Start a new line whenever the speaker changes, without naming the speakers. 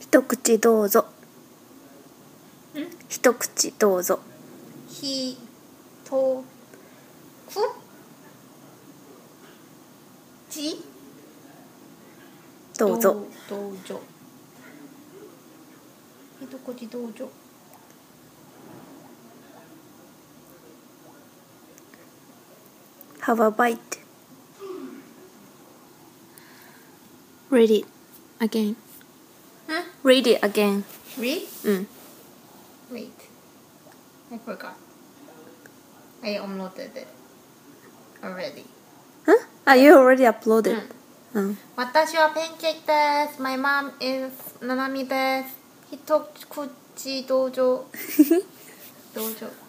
一口どうぞ
ん
一口どうぞ
ひとくち
どうぞ
どうぞひとくちどうぞ
ハワバイト Read it again
ん
Read it again
Read?
うん
Wait. I forgot. I uploaded it already.
んあ You already uploaded うん、
私はペンケーキです。My mom is ななみです。一口どうぞ。どうぞ。